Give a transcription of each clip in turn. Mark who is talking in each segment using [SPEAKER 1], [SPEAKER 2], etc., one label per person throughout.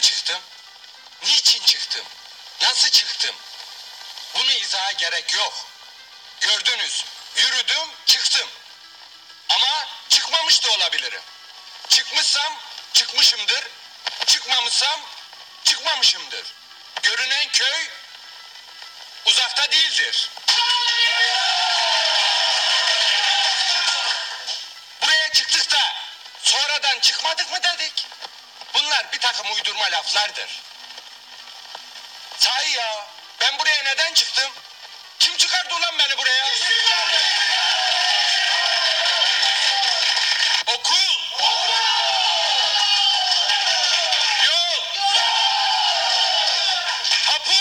[SPEAKER 1] çıktım? Niçin çıktım? Nasıl çıktım? Bunu izaha gerek yok. Gördünüz, yürüdüm, çıktım. Ama çıkmamış da olabilirim. Çıkmışsam çıkmışımdır, çıkmamışsam çıkmamışımdır. Görünen köy uzakta değildir. Buraya çıktık da sonradan çıkmadık mı dedik? Bunlar bir takım uydurma laflardır. Sahi ya ben buraya neden çıktım? Kim çıkardı ulan beni buraya? Okul. Yol. Tapu.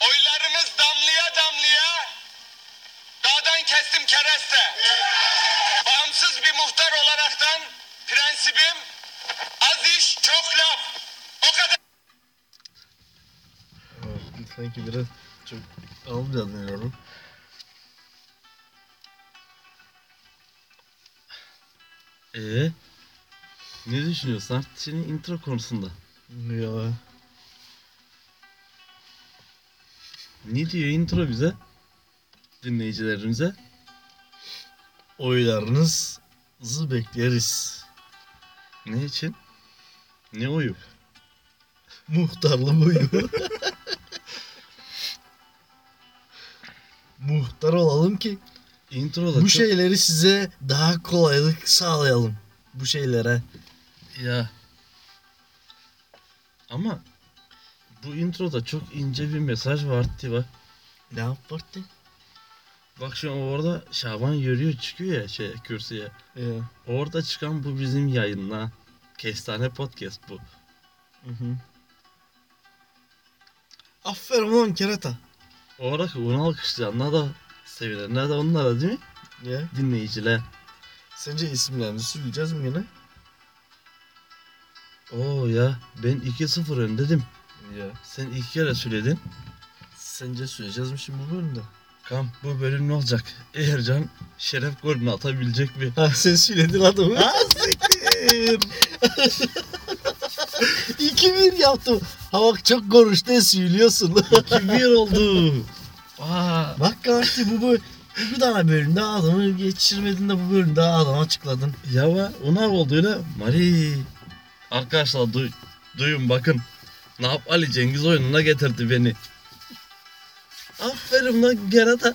[SPEAKER 1] Oylarınız damlaya damlaya dağdan kestim kereste. Bağımsız bir muhtar olaraktan prensibim az iş çok laf. O kadar.
[SPEAKER 2] Evet, sanki biraz çok almayacağız mı yorum?
[SPEAKER 3] Ee, ne düşünüyorsun Sertçin'in intro konusunda?
[SPEAKER 2] Ya
[SPEAKER 3] Ne diyor intro bize? Dinleyicilerimize.
[SPEAKER 2] oylarınızı bekleriz.
[SPEAKER 3] Ne için? Ne oyu?
[SPEAKER 2] Muhtarlı boyu. Muhtar olalım ki
[SPEAKER 3] Intro da
[SPEAKER 2] bu şey-
[SPEAKER 3] çok...
[SPEAKER 2] şeyleri size daha kolaylık sağlayalım. Bu şeylere.
[SPEAKER 3] Ya. Ama bu introda çok ince bir mesaj var Tiba.
[SPEAKER 2] Ne yapardı?
[SPEAKER 3] Bak şu an orada Şaban yürüyor çıkıyor ya şey kürsüye.
[SPEAKER 2] Ya.
[SPEAKER 3] Orada çıkan bu bizim yayınla. Kestane podcast bu.
[SPEAKER 2] Hı hı. Aferin lan kerata.
[SPEAKER 3] Oradaki onu alkışlayanlar da sevilenler de onlar da değil mi?
[SPEAKER 2] Ya.
[SPEAKER 3] Dinleyiciler.
[SPEAKER 2] Sence isimlerimizi söyleyeceğiz mi yine?
[SPEAKER 3] Oo ya ben 2-0 öndedim.
[SPEAKER 2] Ya.
[SPEAKER 3] Sen iki kere söyledin.
[SPEAKER 2] Sence söyleyeceğiz mi şimdi bu bölümde?
[SPEAKER 3] Kam bu bölüm ne olacak? Ercan şeref golünü atabilecek mi?
[SPEAKER 2] Ha sen söyledin adamı. Ha siktir. 2-1 yaptım. Ha bak çok konuştun söylüyorsun.
[SPEAKER 3] 2-1 oldu. Aa,
[SPEAKER 2] bak Kanti bu bu. Bu bir tane bölümde adamı geçirmedin de bu bölümde adamı açıkladın.
[SPEAKER 3] ya va, o ne olduğuyla Mari. Arkadaşlar duy- duyun bakın. Ne yap Ali Cengiz oyununa getirdi beni. Aferin lan Gerata.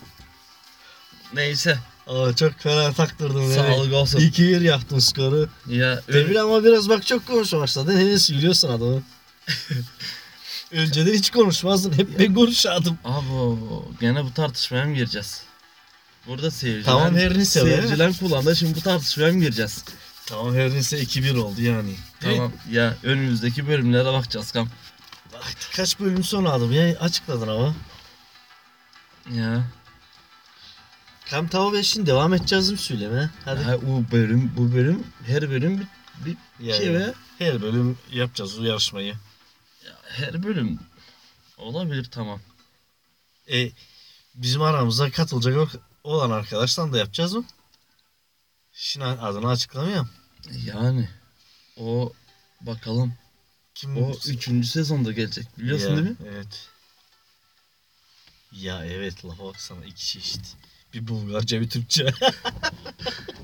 [SPEAKER 3] Neyse
[SPEAKER 2] Aa çok fena taktırdın beni.
[SPEAKER 3] sağlık olsun.
[SPEAKER 2] 2-1 yaptın skoru.
[SPEAKER 3] Ya
[SPEAKER 2] Demir ama biraz bak çok konuşma başladın. Henüz söylüyorsun adamı. Önceden hiç konuşmazdın. Hep ben konuşardım.
[SPEAKER 3] Abo gene bu tartışmaya mı gireceğiz? Burada seyirciler,
[SPEAKER 2] Tamam, her neyse be.
[SPEAKER 3] seyirciler kulağında şimdi bu tartışmaya mı gireceğiz?
[SPEAKER 2] Tamam her neyse 2-1 oldu yani.
[SPEAKER 3] Tamam ya önümüzdeki bölümlere bakacağız kam.
[SPEAKER 2] Bak, kaç bölüm sonra adamı ya açıkladın ama.
[SPEAKER 3] Ya.
[SPEAKER 2] Kam tava ve şimdi devam edeceğiz mi söyleme? Hadi.
[SPEAKER 3] ya bu bölüm bu bölüm her bölüm bir, bir
[SPEAKER 2] Yani
[SPEAKER 3] şey ve
[SPEAKER 2] Her bölüm yapacağız bu yarışmayı.
[SPEAKER 3] her bölüm olabilir tamam.
[SPEAKER 2] E, bizim aramıza katılacak o- olan arkadaştan da yapacağız mı? Şimdi adını açıklamayayım.
[SPEAKER 3] Yani o bakalım
[SPEAKER 2] Kim
[SPEAKER 3] o 3. sezonda gelecek biliyorsun
[SPEAKER 2] Ya,
[SPEAKER 3] değil mi?
[SPEAKER 2] Evet. Ya evet lafa baksana iki çeşit. Bir Bulgarca bir Türkçe.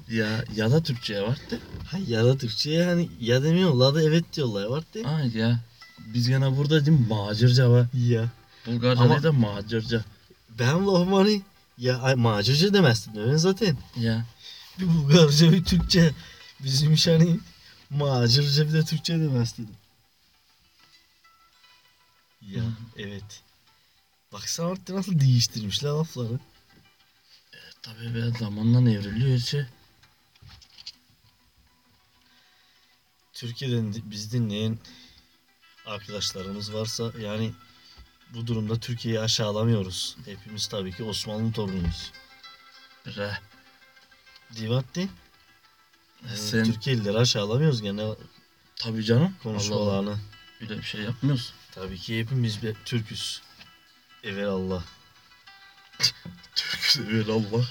[SPEAKER 3] Ya ya da Türkçe'ye vardı.
[SPEAKER 2] ha, ya da Türkçe yani ya demiyorlar da evet diyorlar var değil mi?
[SPEAKER 3] Ay ya biz gene burada değil mi? Macirca var.
[SPEAKER 2] Ya.
[SPEAKER 3] Bulgarca
[SPEAKER 2] Ama-
[SPEAKER 3] değil de Macirca.
[SPEAKER 2] Ben lafım hani ya ay, macerce demezsin öyle zaten.
[SPEAKER 3] Ya.
[SPEAKER 2] Bir Bulgarca bir Türkçe. Bizim iş hani macirce bir de Türkçe demez dedim. Ya
[SPEAKER 3] Hı.
[SPEAKER 2] evet. Baksana artık nasıl değiştirmişler lafları.
[SPEAKER 3] Tabii be zamanla evriliyor her şey.
[SPEAKER 2] Türkiye'den di- biz dinleyen arkadaşlarımız varsa yani bu durumda Türkiye'yi aşağılamıyoruz. Hepimiz tabii ki Osmanlı torunuyuz.
[SPEAKER 3] Bre.
[SPEAKER 2] Divatli.
[SPEAKER 3] Sen
[SPEAKER 2] e, Türkiye'lileri aşağılamıyoruz gene
[SPEAKER 3] tabii canım. Allah Allah.
[SPEAKER 2] konuşmalarını.
[SPEAKER 3] Öyle bir şey yapmıyoruz.
[SPEAKER 2] Tabii ki hepimiz bir Türküz. Evelallah.
[SPEAKER 3] Türküz evvel Allah.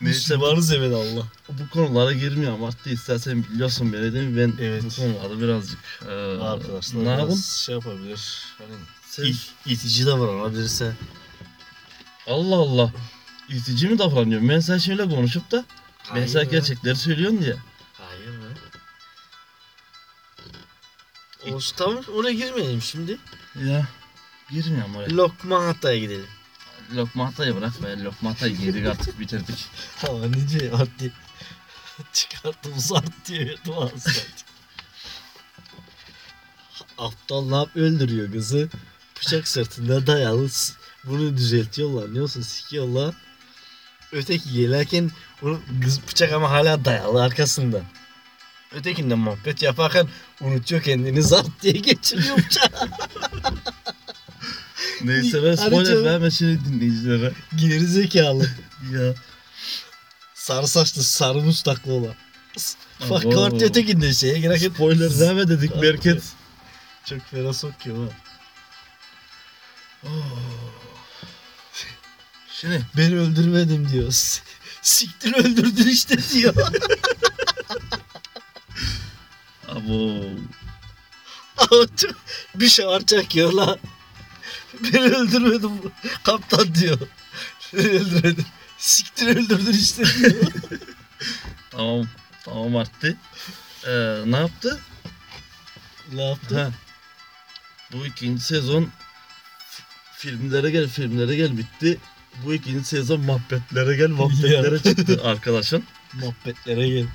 [SPEAKER 3] Neyse
[SPEAKER 2] Neyse varız evvel Allah.
[SPEAKER 3] bu konulara girmiyor ama artık istersen biliyorsun beni değil mi? Ben
[SPEAKER 2] Evet.
[SPEAKER 3] bu konularda birazcık e,
[SPEAKER 2] Arkadaşlar
[SPEAKER 3] ne yapın?
[SPEAKER 2] biraz şey yapabilir. Hani
[SPEAKER 3] Sen-
[SPEAKER 2] it- itici davranabilirse
[SPEAKER 3] Allah Allah. İtici mi davranıyorsun? Ben sen şöyle konuşup da ben sana gerçekleri söylüyorsun diye.
[SPEAKER 2] Hayır mı? Olsun tamam oraya girmeyelim şimdi.
[SPEAKER 3] Ya girmiyorum oraya.
[SPEAKER 2] Lokma Hatay'a gidelim.
[SPEAKER 3] Lokma hatayı bırak be. Lokma hatayı girdik artık bitirdik.
[SPEAKER 2] Ama nice hadi. Çıkarttım zart diye verdim ağzına. Aptal ne yap öldürüyor kızı. Bıçak sırtında dayalı. s- Bunu düzeltiyorlar. Ne olsun sikiyorlar. Öteki gelirken bunu kız bıçak ama hala dayalı arkasında. Ötekinden muhabbet yaparken unutuyor kendini zart diye geçiriyor bıçağı.
[SPEAKER 3] Neyse ben
[SPEAKER 2] Hadi
[SPEAKER 3] spoiler
[SPEAKER 2] canım.
[SPEAKER 3] verme şimdi dinleyicilere.
[SPEAKER 2] Geri zekalı.
[SPEAKER 3] Ya.
[SPEAKER 2] Sarı saçlı sarı mustaklı olan. Bak
[SPEAKER 3] Abo.
[SPEAKER 2] kalp ötekinden şeye girerken
[SPEAKER 3] Spoiler verme dedik
[SPEAKER 2] Hadi
[SPEAKER 3] Berket.
[SPEAKER 2] Çok fena sokuyor ha.
[SPEAKER 3] Şimdi
[SPEAKER 2] Beni öldürmedim diyor. S- Siktir öldürdün işte diyor.
[SPEAKER 3] Abo.
[SPEAKER 2] Ama çok- bir şey var çakıyor la. Beni öldürmedim bu- kaptan diyor. Beni öldürmedim. Siktir öldürdün işte diyor.
[SPEAKER 3] Tamam. Tamam arttı. Ee, ne yaptı?
[SPEAKER 2] ne yaptı?
[SPEAKER 3] Ha. Bu ikinci sezon fi- filmlere gel filmlere gel bitti. Bu ikinci sezon muhabbetlere gel muhabbetlere
[SPEAKER 2] Ya.
[SPEAKER 3] çıktı arkadaşın.
[SPEAKER 2] Muhabbetlere gel.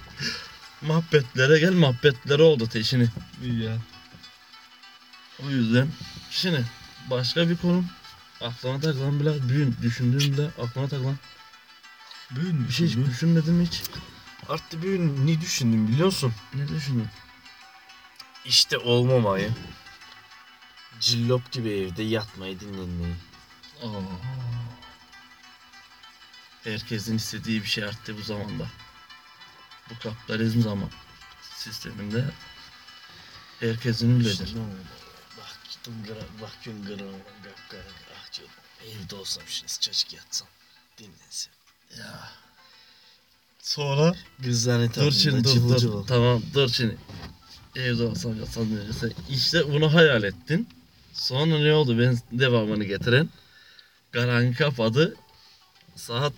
[SPEAKER 3] Muhabbetlere gel muhabbetlere oldu teşini.
[SPEAKER 2] Ya.
[SPEAKER 3] O yüzden şimdi başka bir konum. Aklıma takılan bile büyün düşündüğüm bile aklıma takılan
[SPEAKER 2] Büyün mü?
[SPEAKER 3] bir şey hiç düşünmedim hiç.
[SPEAKER 2] Artı büyün ne düşündüm biliyorsun?
[SPEAKER 3] Ne düşündün?
[SPEAKER 2] İşte olmamayı. Cillop gibi evde yatmayı dinlenmeyi.
[SPEAKER 3] Aa. Herkesin istediği bir şey arttı bu zamanda. Bu kapitalizm zaman sisteminde herkesin öyledir.
[SPEAKER 2] İşte ne oldu? Bak gittim gra- bak gün gra- gak- gak- ah diyorum. Evde olsam şimdi çocuk yatsam. Dinlensem.
[SPEAKER 3] Ya. Sonra
[SPEAKER 2] Kızlar
[SPEAKER 3] dur şimdi
[SPEAKER 2] etrafında
[SPEAKER 3] dur,
[SPEAKER 2] cıvıl
[SPEAKER 3] dur.
[SPEAKER 2] cıvıl.
[SPEAKER 3] Tamam dur şimdi. Evde olsam yatsan neyse. İşte bunu hayal ettin. Sonra ne oldu ben devamını getiren? Garangi kapadı. Saat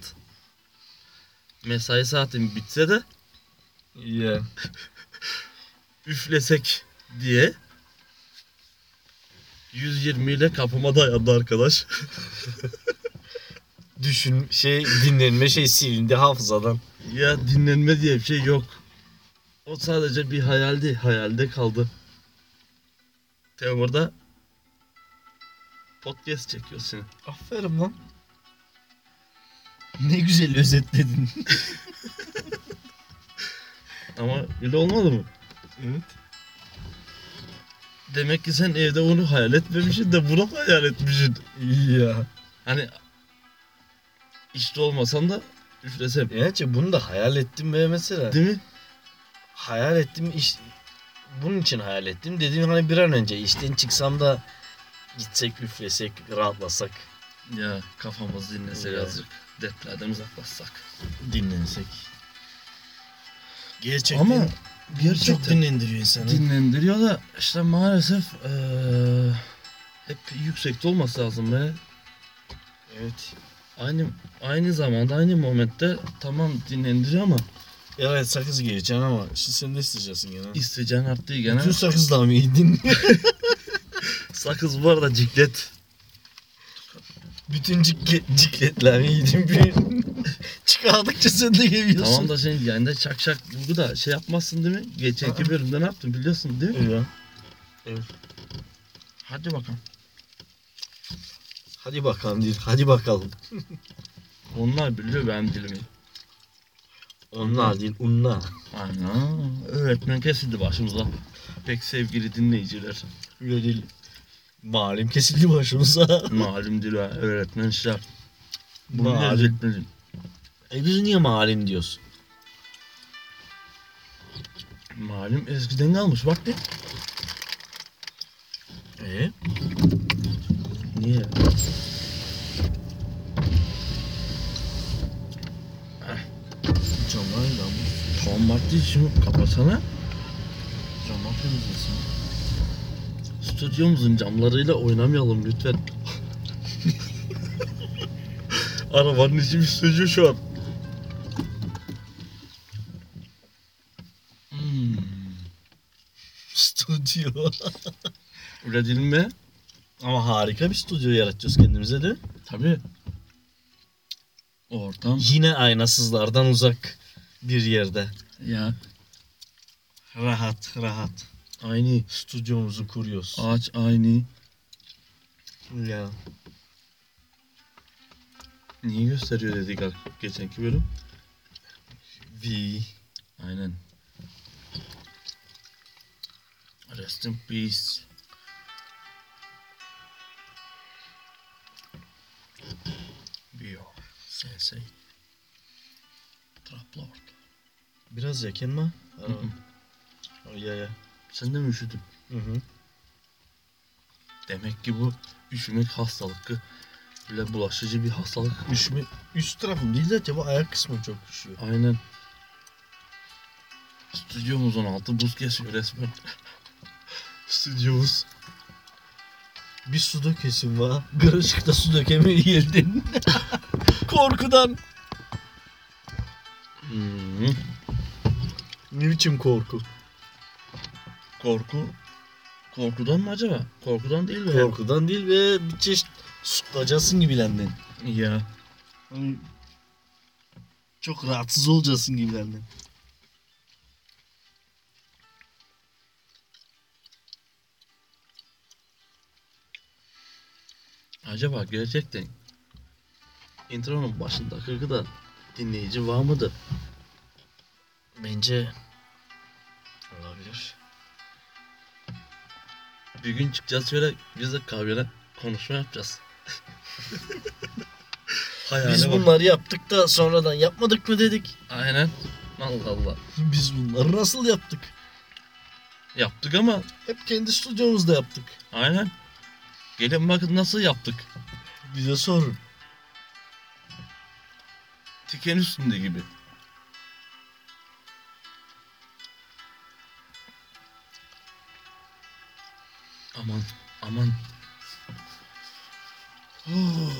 [SPEAKER 3] mesai saatin bitse de
[SPEAKER 2] Ya.
[SPEAKER 3] üflesek diye 120 ile kapıma dayandı arkadaş.
[SPEAKER 2] Düşün şey dinlenme şey silindi hafızadan.
[SPEAKER 3] ya dinlenme diye bir şey yok. O sadece bir hayaldi. Hayalde kaldı. Teoman'da podcast çekiyorsun.
[SPEAKER 2] Aferin lan. Ne güzel özetledin.
[SPEAKER 3] Ama öyle olmadı mı?
[SPEAKER 2] evet.
[SPEAKER 3] Demek ki sen evde onu hayal etmemişsin de bunu hayal etmişsin.
[SPEAKER 2] Ya.
[SPEAKER 3] Hani işte olmasam da üflesem.
[SPEAKER 2] Gerçi bunu da hayal ettim be mesela.
[SPEAKER 3] Değil mi?
[SPEAKER 2] hayal ettim iş bunun için hayal ettim. Dediğim hani bir an önce işten çıksam da gitsek üflesek rahatlasak
[SPEAKER 3] Ya kafamız dinlese
[SPEAKER 2] Ya.
[SPEAKER 3] azıcık. Dertlerden uzaklaşsak.
[SPEAKER 2] dinlensek. Gerçekten
[SPEAKER 3] Ama gerçekten
[SPEAKER 2] çok dinlendiriyor insanı.
[SPEAKER 3] dinlendiriyor da işte maalesef eee, hep yüksekte olması lazım be.
[SPEAKER 2] evet.
[SPEAKER 3] Aynı aynı zamanda aynı momentte tamam dinlendiriyor ama
[SPEAKER 2] Evet sakız giyeceksin ama şimdi sen de isteyeceksin gene.
[SPEAKER 3] isteyeceğin arttığı gene.
[SPEAKER 2] Bütün sakızla mı yedin?
[SPEAKER 3] Sakız bu arada ciklet.
[SPEAKER 2] Bütün ciklet, cikletler mi yedin? Bir- Çıkardıkça sen de
[SPEAKER 3] Tamam
[SPEAKER 2] geliyorsun.
[SPEAKER 3] da senin yani çak çak bulgu da şey yapmazsın değil mi? Geçenki
[SPEAKER 2] Aa.
[SPEAKER 3] bölümde ne yaptın biliyorsun değil mi?
[SPEAKER 2] da.
[SPEAKER 3] Hadi bakalım.
[SPEAKER 2] Hadi bakalım değil. Hadi bakalım.
[SPEAKER 3] Onlar biliyor benim dilimi.
[SPEAKER 2] Onlar değil, onlar.
[SPEAKER 3] Ana öğretmen kesildi başımıza. Pek sevgili dinleyiciler.
[SPEAKER 2] Öyle değil. Malum kesildi başımıza.
[SPEAKER 3] Malum dil öğretmen şey yap. Bunu
[SPEAKER 2] Malum.
[SPEAKER 3] öğretmenim.
[SPEAKER 2] E biz niye malin diyoruz?
[SPEAKER 3] Malum eskiden kalmış bak de.
[SPEAKER 2] E?
[SPEAKER 3] Niye? Hadi şunu kapasana. Camlar temizlesin. Stüdyomuzun camlarıyla oynamayalım lütfen. Arabanın içi bir stüdyo şu an. Hmm.
[SPEAKER 2] Stüdyo.
[SPEAKER 3] Üretilme.
[SPEAKER 2] Ama harika bir stüdyo yaratacağız kendimize de.
[SPEAKER 3] Tabii. Ortam.
[SPEAKER 2] Yine aynasızlardan uzak bir yerde.
[SPEAKER 3] Ya
[SPEAKER 2] Rahat rahat.
[SPEAKER 3] aynı.
[SPEAKER 2] Stüdyomuzu kuruyoruz.
[SPEAKER 3] Ağaç aynı.
[SPEAKER 2] Ya.
[SPEAKER 3] Niye gösteriyor dedik ha- geçenki bölüm.
[SPEAKER 2] Vi.
[SPEAKER 3] Aynen. Rest in peace. Bio. Sensei. Trap Lord.
[SPEAKER 2] Biraz yakın mı?
[SPEAKER 3] Hı hı.
[SPEAKER 2] Ay, Ya ya.
[SPEAKER 3] Sen de mi üşüdün?
[SPEAKER 2] Hı hı.
[SPEAKER 3] Demek ki bu üşümek hastalıkı. Böyle bulaşıcı bir hastalık.
[SPEAKER 2] Üşüme, üst tarafım değil de acaba ayak kısmım çok üşüyor.
[SPEAKER 3] Aynen. Stüdyomuz 16 buz kesiyor resmen. Stüdyomuz.
[SPEAKER 2] Bir su dökesin va. Garajlıkta su dökemeye geldin. Korkudan.
[SPEAKER 3] Hmm.
[SPEAKER 2] Ne biçim korku?
[SPEAKER 3] Korku. Korkudan mı acaba? Korkudan değil mi?
[SPEAKER 2] Korkudan değil ve bir çeşit suklayacaksın gibilendin.
[SPEAKER 3] Ya.
[SPEAKER 2] Hani çok rahatsız olacaksın gibilendin.
[SPEAKER 3] Acaba gerçekten intronun başında kırkıda dinleyici var mıdır?
[SPEAKER 2] Bence olabilir.
[SPEAKER 3] Bir gün çıkacağız şöyle biz de kahvede konuşma yapacağız. Hayale
[SPEAKER 2] Biz
[SPEAKER 3] bak.
[SPEAKER 2] bunları yaptık da sonradan yapmadık mı dedik?
[SPEAKER 3] Aynen. Allah Allah.
[SPEAKER 2] Biz bunları nasıl yaptık?
[SPEAKER 3] Yaptık ama
[SPEAKER 2] Hep kendi stüdyomuzda yaptık.
[SPEAKER 3] aynen. Gelin bakın nasıl yaptık.
[SPEAKER 2] Bize sorun.
[SPEAKER 3] Tiken üstünde gibi. Aman, aman. Oh.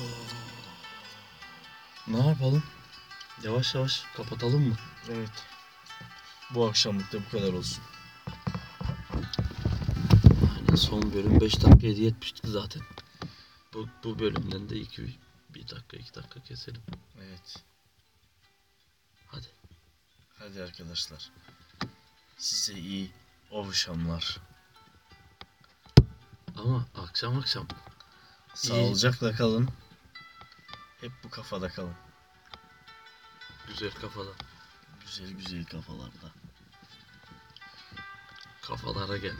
[SPEAKER 3] ne yapalım? Yavaş yavaş kapatalım mı?
[SPEAKER 2] Evet. Bu akşamlık da bu kadar olsun.
[SPEAKER 3] Aynen son bölüm 5 dakikaya yetmişti zaten. Bu, bu bölümden de 2 1 dakika 2 dakika keselim.
[SPEAKER 2] Evet.
[SPEAKER 3] Hadi.
[SPEAKER 2] Hadi arkadaşlar. Size iyi ovuşamlar.
[SPEAKER 3] Ama akşam akşam
[SPEAKER 2] Sağlıcakla kalın. Hep bu kafada kalın.
[SPEAKER 3] güzel kafalar
[SPEAKER 2] Güzel güzel kafalarda.
[SPEAKER 3] kafalara gel.